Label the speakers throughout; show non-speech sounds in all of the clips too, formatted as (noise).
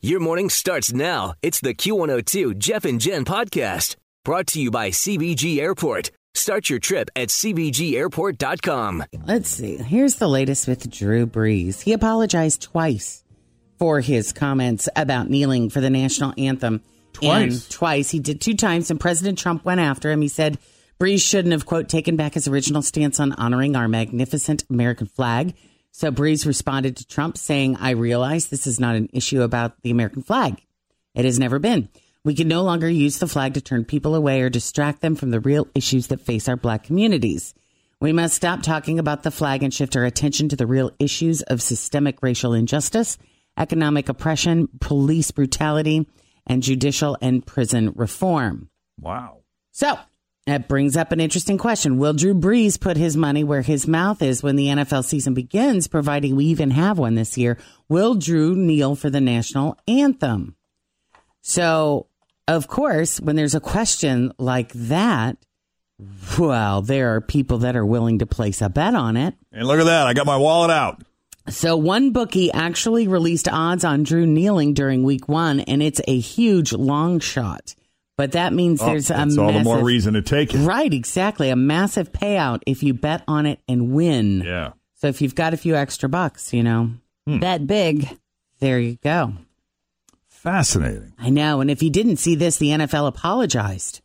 Speaker 1: Your morning starts now. It's the Q102 Jeff and Jen podcast brought to you by CBG Airport. Start your trip at CBGAirport.com.
Speaker 2: Let's see. Here's the latest with Drew Brees. He apologized twice for his comments about kneeling for the national anthem.
Speaker 3: Twice?
Speaker 2: And twice. He did two times, and President Trump went after him. He said Brees shouldn't have, quote, taken back his original stance on honoring our magnificent American flag. So Brees responded to Trump saying, I realize this is not an issue about the American flag. It has never been. We can no longer use the flag to turn people away or distract them from the real issues that face our black communities. We must stop talking about the flag and shift our attention to the real issues of systemic racial injustice, economic oppression, police brutality, and judicial and prison reform.
Speaker 3: Wow.
Speaker 2: So that brings up an interesting question. Will Drew Brees put his money where his mouth is when the NFL season begins, providing we even have one this year? Will Drew kneel for the national anthem? So, of course, when there's a question like that, well, there are people that are willing to place a bet on it.
Speaker 3: And look at that. I got my wallet out.
Speaker 2: So one bookie actually released odds on Drew kneeling during week one, and it's a huge long shot. But that means there's a
Speaker 3: That's Oh, all the
Speaker 2: massive,
Speaker 3: more reason to take it.
Speaker 2: right, exactly, a massive payout if you bet on it and win.
Speaker 3: Yeah.
Speaker 2: So if you've got a few extra bucks, you know,
Speaker 4: Bet big.
Speaker 2: there you go.
Speaker 3: Fascinating.
Speaker 2: I know. And if you didn't see this, the NFL apologized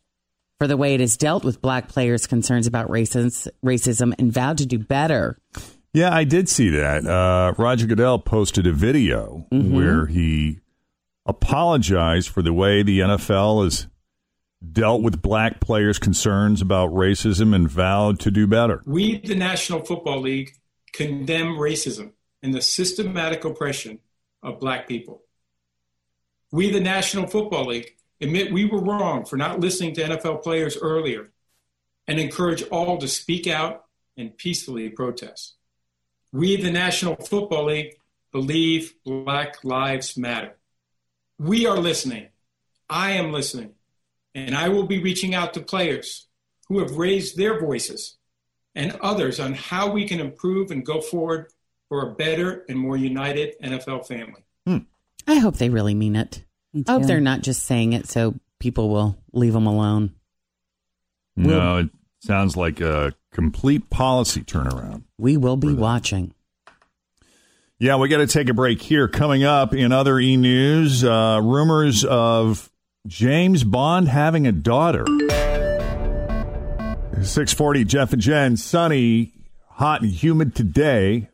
Speaker 2: for the way it has dealt with black players' concerns about racism, racism and vowed to do better.
Speaker 3: Yeah, I did see that. Uh, Roger Goodell posted a video
Speaker 2: Mm-hmm.
Speaker 3: where he apologized for the way the NFL has dealt with black players' concerns about racism and vowed to do better.
Speaker 5: We, the National Football League, condemn racism and the systematic oppression of black people. We, the National Football League, admit we were wrong for not listening to NFL players earlier and encourage all to speak out and peacefully protest. We, the National Football League, believe Black Lives Matter. We are listening. I am listening. And I will be reaching out to players who have raised their voices and others on how we can improve and go forward for a better and more united NFL family.
Speaker 2: I hope they really mean it. I hope
Speaker 4: too.
Speaker 2: they're not just saying it so people will leave them alone.
Speaker 3: No, it sounds like a complete policy turnaround.
Speaker 2: We will be watching.
Speaker 3: Yeah, we got to take a break here. Coming up in other e news, uh, rumors of James Bond having a daughter. 640, Jeff and Jen, sunny, hot, and humid today.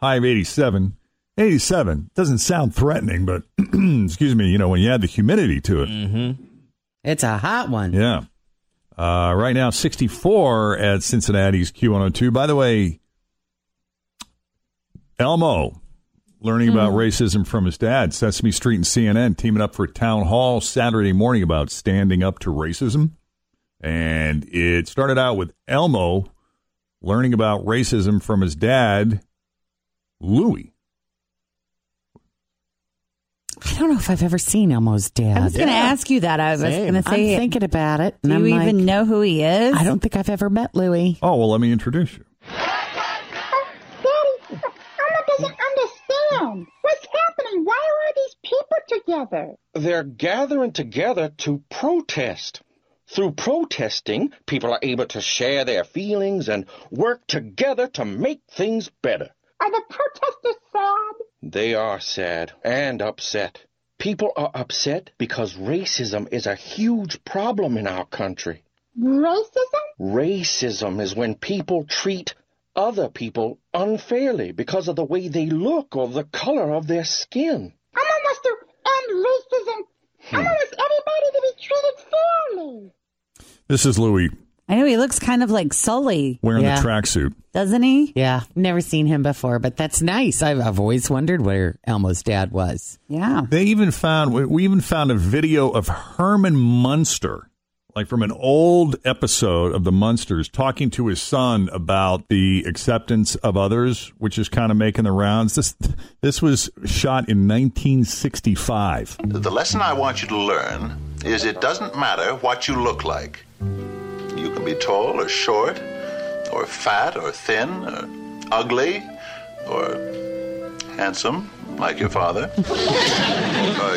Speaker 3: High of 87. 87 doesn't sound threatening, but (clears throat) excuse me, you know, when you add the humidity to it.
Speaker 2: It's a hot one.
Speaker 3: Yeah. Uh, right now, 64 at Cincinnati's Q102. By the way, Elmo learning about racism from his dad. Sesame Street and CNN teaming up for a town hall Saturday morning about standing up to racism. And it started out with Elmo learning about racism from his dad, Louie.
Speaker 2: I don't know if I've ever seen Elmo's dad.
Speaker 4: I was going to ask you that. I was
Speaker 6: Same.
Speaker 4: going to
Speaker 2: I'm
Speaker 4: say,
Speaker 2: thinking about it. and
Speaker 4: do
Speaker 2: I'm
Speaker 4: you
Speaker 2: like,
Speaker 4: even know who he is?
Speaker 2: I don't think I've ever met Louie.
Speaker 3: Oh, well, let me introduce you.
Speaker 7: Oh, Daddy, Elmo doesn't understand. What's happening? Why are all these people together?
Speaker 8: They're gathering together to protest. Through protesting, people are able to share their feelings and work together to make things better.
Speaker 7: Are the protesters sad?
Speaker 8: They are sad and upset. People are upset because racism is a huge problem in our country.
Speaker 7: Racism?
Speaker 8: Racism is when people treat other people unfairly because of the way they look or the color of their skin.
Speaker 7: Elmo wants to end racism.
Speaker 9: Hmm.
Speaker 7: Elmo wants everybody to be treated fairly.
Speaker 3: This is Louie
Speaker 4: I know he looks kind of like Sully,
Speaker 3: wearing
Speaker 2: Yeah.
Speaker 3: the tracksuit.
Speaker 4: doesn't he?
Speaker 2: Yeah, never seen him before, but that's nice. I've, I've always wondered where Elmo's dad was.
Speaker 4: Yeah.
Speaker 3: They even found we- we even found a video of Herman Munster, like from an old episode of the Munsters, talking to his son about the acceptance of others, which is kind of making the rounds. This this was shot in 1965.
Speaker 10: The lesson I want you to learn is it doesn't matter what you look like. You can be tall or short, or fat or thin, or ugly, or handsome, like your father. or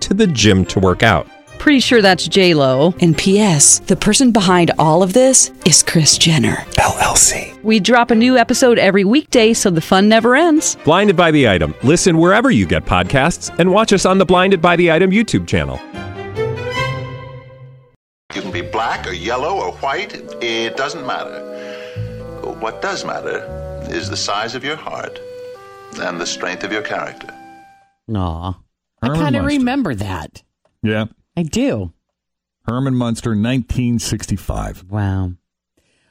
Speaker 11: to the gym to work out.
Speaker 12: Pretty sure that's J Lo. And P.S. The person behind all of this is Chris Jenner
Speaker 11: LLC.
Speaker 12: We drop a new episode every weekday, so the fun never ends.
Speaker 11: Blinded by the item. Listen wherever you get podcasts, and watch us on the Blinded by the Item YouTube channel.
Speaker 10: You can be black or yellow or white, it doesn't matter. But what does matter is the size of your heart and the strength of your character.
Speaker 2: Aw. I
Speaker 3: Herman
Speaker 2: kind of
Speaker 3: Munster.
Speaker 2: remember that.
Speaker 3: Yeah.
Speaker 2: I do.
Speaker 3: Herman Munster, 1965.
Speaker 2: Wow.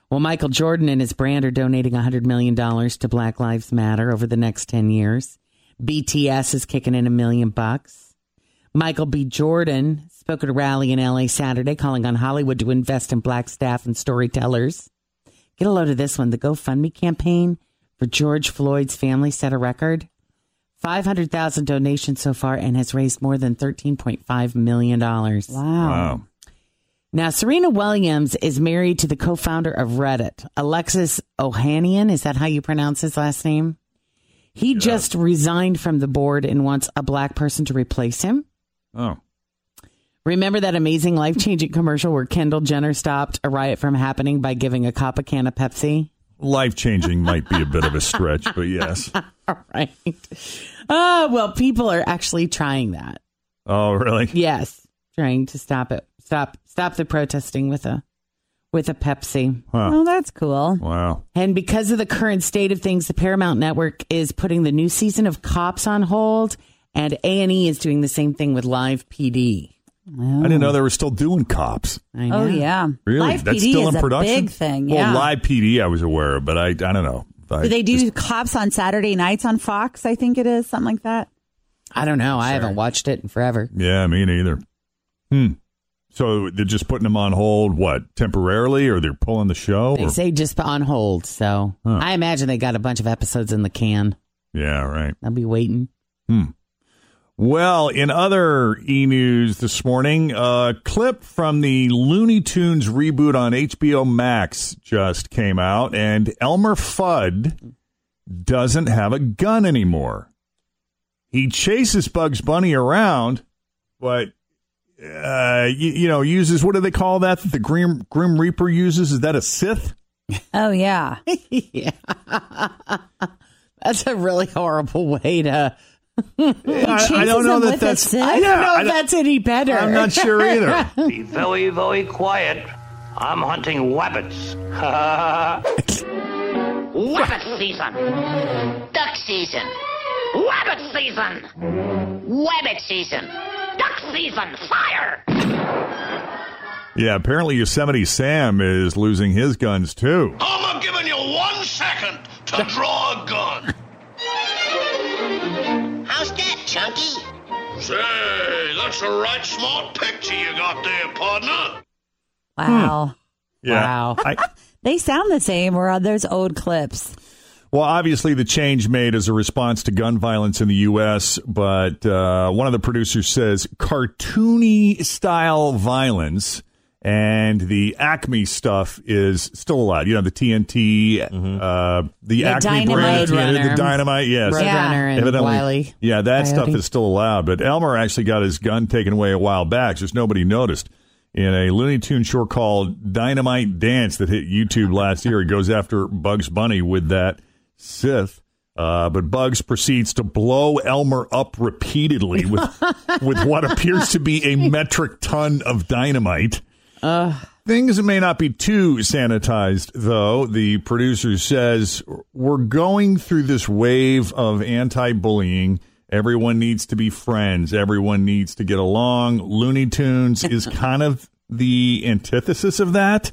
Speaker 2: Well, Michael Jordan and his brand are donating $100 million to Black Lives Matter over the next 10 years. BTS is kicking in a million bucks. Michael B. Jordan spoke at a rally in LA Saturday calling on Hollywood to invest in black staff and storytellers. Get a load of this one. The GoFundMe campaign for George Floyd's family set a record 500,000 donations so far and has raised more than $13.5 million.
Speaker 3: Wow.
Speaker 2: Now, Serena Williams is married to the co founder of Reddit, Alexis Ohanian. Is that how you pronounce his last name? He just resigned from the board and wants a black person to replace him.
Speaker 3: Oh.
Speaker 2: Remember that amazing life changing commercial where Kendall Jenner stopped a riot from happening by giving a cop a can of Pepsi? (laughs)
Speaker 3: Life changing might be a bit of a stretch, but yes.
Speaker 2: All right. Oh, well, people are actually trying that.
Speaker 3: Oh, really?
Speaker 2: Yes, trying to stop it. Stop stop the protesting with a with a Pepsi.
Speaker 3: Huh.
Speaker 4: Oh, that's cool.
Speaker 3: Wow.
Speaker 2: And because of the current state of things, the Paramount Network is putting the new season of Cops on hold, and A and E is doing the same thing with Live PD.
Speaker 3: I didn't know they were still doing cops.
Speaker 2: I
Speaker 4: Oh
Speaker 2: know.
Speaker 4: yeah.
Speaker 3: Really?
Speaker 4: Live
Speaker 3: That's
Speaker 4: PD
Speaker 3: still
Speaker 4: is
Speaker 3: in production?
Speaker 4: a big thing. Yeah.
Speaker 3: Well, live PD I was aware of, but I I don't know. I
Speaker 4: do they do
Speaker 3: just-
Speaker 4: cops on Saturday nights on Fox? I think it is something like that.
Speaker 2: I don't know. I haven't watched it in forever.
Speaker 3: yeah, me neither. Hmm. So they're just putting them on hold, what, temporarily, or they're pulling the show?
Speaker 2: They
Speaker 3: or-
Speaker 2: say just on hold, so
Speaker 3: Huh.
Speaker 2: I imagine they got a bunch of episodes in the can.
Speaker 3: yeah, right.
Speaker 2: I'll be waiting.
Speaker 3: Well, in other e news this morning, a clip from the Looney Tunes reboot on HBO Max just came out, and Elmer Fudd doesn't have a gun anymore. He chases Bugs Bunny around, but. Uh, you, you know, uses what do they call that? That the Grim Grim Reaper uses is that a Sith?
Speaker 4: Oh (laughs) yeah.
Speaker 2: yeah, (laughs) that's a really horrible way to.
Speaker 3: I, I
Speaker 4: chases
Speaker 3: don't know
Speaker 4: him
Speaker 3: that
Speaker 4: with a
Speaker 3: that's.
Speaker 4: Sith?
Speaker 2: I don't know
Speaker 3: I
Speaker 2: if
Speaker 3: don't-
Speaker 2: that's any better.
Speaker 3: I'm not
Speaker 2: (laughs)
Speaker 3: sure either.
Speaker 9: Be very, very quiet. I'm hunting (laughs) wabbits. Rabbit season. Duck season. Rabbit season. Wabbit season. Duck season. Fire!
Speaker 3: Yeah, apparently Yosemite Sam is losing his guns too.
Speaker 9: I'm giving you one second to draw a gun. How's that, Chunky? Say, that's a right smart picture you got there, partner.
Speaker 4: Wow.
Speaker 3: Yeah.
Speaker 2: Wow.
Speaker 3: I,
Speaker 4: Hmm. They sound the same, or are those old clips?
Speaker 3: well, obviously, the change made as a response to gun violence in the U.S., but uh, one of the producers says cartoony style violence and the Acme stuff is still allowed. You know, the TNT, uh, the,
Speaker 4: Mm-hmm. The
Speaker 3: Acme brand,
Speaker 4: dynamite.
Speaker 3: the TNT,
Speaker 2: Roadrunner.
Speaker 3: the dynamite, yes.
Speaker 2: Roadrunner
Speaker 4: Yeah.
Speaker 2: and
Speaker 3: Evidently-
Speaker 2: Wiley.
Speaker 3: Yeah, that stuff
Speaker 2: Coyote.
Speaker 3: is still allowed, but Elmer actually got his gun taken away a while back, just nobody noticed. In a Looney Tune short called Dynamite Dance that hit YouTube last year, he goes after Bugs Bunny with that Sith. Uh, but Bugs proceeds to blow Elmer up
Speaker 2: (laughs)
Speaker 3: repeatedly with with what appears to be a metric ton of dynamite. Things may not be too sanitized, though. The producer says we're going through this wave of anti bullying. Everyone needs to be friends, everyone needs to get along. Looney Tunes is kind of the antithesis of that.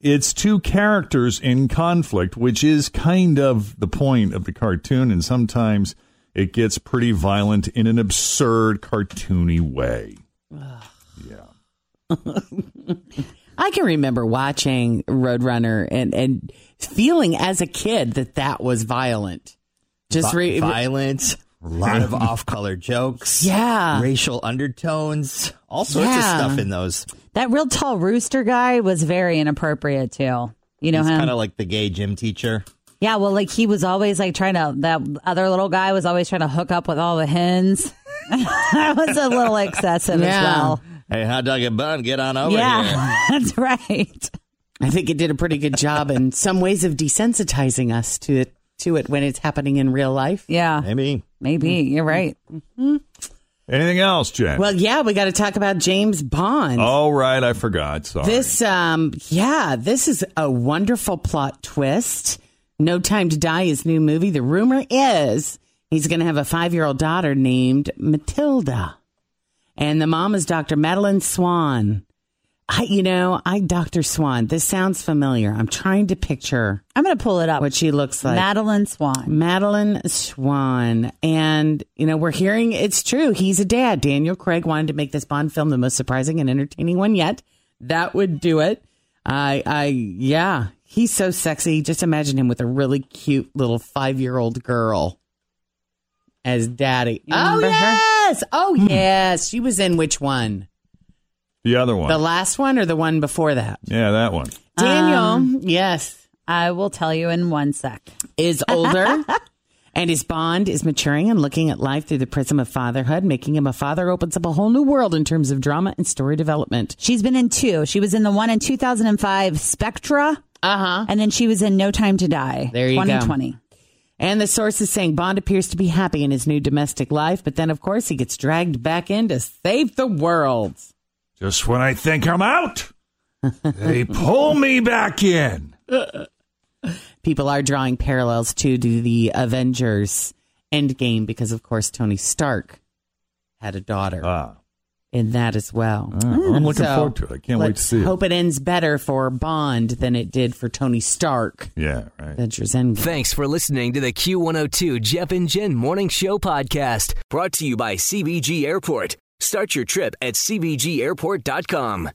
Speaker 3: It's two characters in conflict, which is kind of the point of the cartoon, and sometimes it gets pretty violent in an absurd, cartoony way. Yeah.
Speaker 2: I can remember watching Roadrunner and, and feeling as a kid that that was violent. Just
Speaker 13: Vi-
Speaker 2: re-
Speaker 13: violence, a lot of off-color jokes,
Speaker 2: Yeah.
Speaker 13: racial undertones, all sorts
Speaker 4: Yeah.
Speaker 13: of stuff in those.
Speaker 4: That real tall rooster guy was very inappropriate too. You know
Speaker 13: He's
Speaker 4: him?
Speaker 13: kind of like the gay gym teacher.
Speaker 4: yeah, well, like he was always like trying to. That other little guy was always trying to hook up with all the hens. (laughs) that was a little excessive as well.
Speaker 13: Hey, hot dog and bun, get on over here.
Speaker 4: yeah, (laughs) that's right.
Speaker 2: I think it did a pretty good
Speaker 13: (laughs)
Speaker 2: job in some ways of desensitizing us to it to it when it's happening in real life.
Speaker 4: Yeah.
Speaker 13: Maybe.
Speaker 4: Maybe. You're right.
Speaker 3: Anything else, Jen?
Speaker 2: Well, yeah, we got to talk about James Bond.
Speaker 3: All right, I forgot. Sorry.
Speaker 2: This, um, yeah, this is a wonderful plot twist. No Time to Die, his new movie. The rumor is he's going to have a five year old daughter named Matilda. And the mom is Dr. Madeline Swan. I, you know, I, Dr. Swan, this sounds familiar. I'm trying to picture.
Speaker 4: I'm going to pull it up.
Speaker 2: What she looks like.
Speaker 4: Madeline Swan.
Speaker 2: Madeline Swan. And, you know, we're hearing it's true. He's a dad. Daniel Craig wanted to make this Bond film the most surprising and entertaining one yet. That would do it. I, I, yeah, he's so sexy. Just imagine him with a really cute little five year old girl as daddy. Oh,
Speaker 4: remember her?
Speaker 2: yes. Oh, yes. She was in which one?
Speaker 3: the other one.
Speaker 2: The last one or the one before that? Um,
Speaker 3: yeah, that one.
Speaker 2: Daniel, yes.
Speaker 4: I will tell you in one sec.
Speaker 2: is older and his bond is maturing and looking at life through the prism of fatherhood, making him a father opens up a whole new world in terms of drama and story development.
Speaker 4: She's been in two. She was in the one in 2005, Spectra.
Speaker 2: Uh huh.
Speaker 4: And then she was in No Time to Die.
Speaker 2: There you go.
Speaker 4: 2020.
Speaker 2: And the source is saying Bond appears to be happy in his new domestic life, but then, of course, he gets dragged back in to save the world.
Speaker 3: Just when I think
Speaker 2: (laughs)
Speaker 3: I'm out, they pull me back in.
Speaker 2: People are drawing parallels to, to the Avengers Endgame because, of course, Tony Stark had a daughter
Speaker 3: Ah,
Speaker 2: in that as well. Mm.
Speaker 3: I'm looking
Speaker 2: So,
Speaker 3: forward to it. I can't wait to
Speaker 2: let's
Speaker 3: see it.
Speaker 2: Hope it ends better for Bond than it did for Tony Stark.
Speaker 3: Yeah, right.
Speaker 2: Avengers Endgame.
Speaker 1: Thanks for listening to the Q102 Jeff and Jen Morning Show podcast brought to you by CBG Airport. Start your trip at CBGAirport.com.